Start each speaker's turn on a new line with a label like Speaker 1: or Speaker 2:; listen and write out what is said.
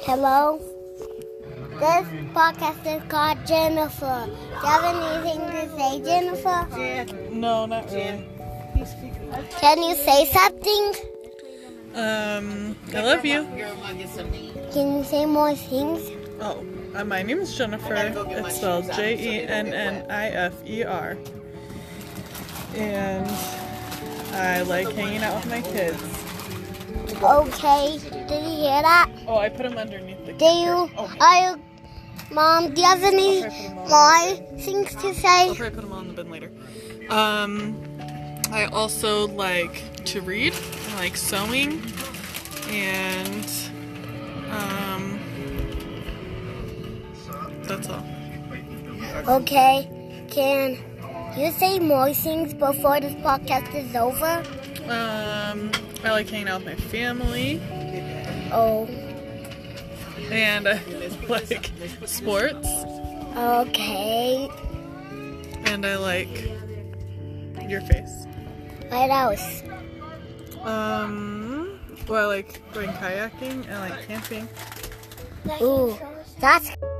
Speaker 1: Hello? This podcast is called Jennifer. Do you have anything to say, Jennifer?
Speaker 2: No, not really.
Speaker 1: Can you say something?
Speaker 2: Um, I love you.
Speaker 1: Can you say more things?
Speaker 2: Oh, uh, my name is Jennifer. It's spelled J E N N I F E R. And I like hanging out with my kids.
Speaker 1: Okay. Did you hear that?
Speaker 2: Oh, I put them underneath the
Speaker 1: Do you,
Speaker 2: Oh,
Speaker 1: are you, Mom, do you have any more things to
Speaker 2: I'll
Speaker 1: say?
Speaker 2: probably put them all in the bin later. Um, I also like to read. I like sewing, and um, that's all.
Speaker 1: Okay. Can you say more things before this podcast is over?
Speaker 2: Um, I like hanging out with my family
Speaker 1: Oh,
Speaker 2: and I like sports
Speaker 1: okay.
Speaker 2: and I like your face.
Speaker 1: What else?
Speaker 2: Um, well, I like going kayaking and I like camping.
Speaker 1: Ooh, that's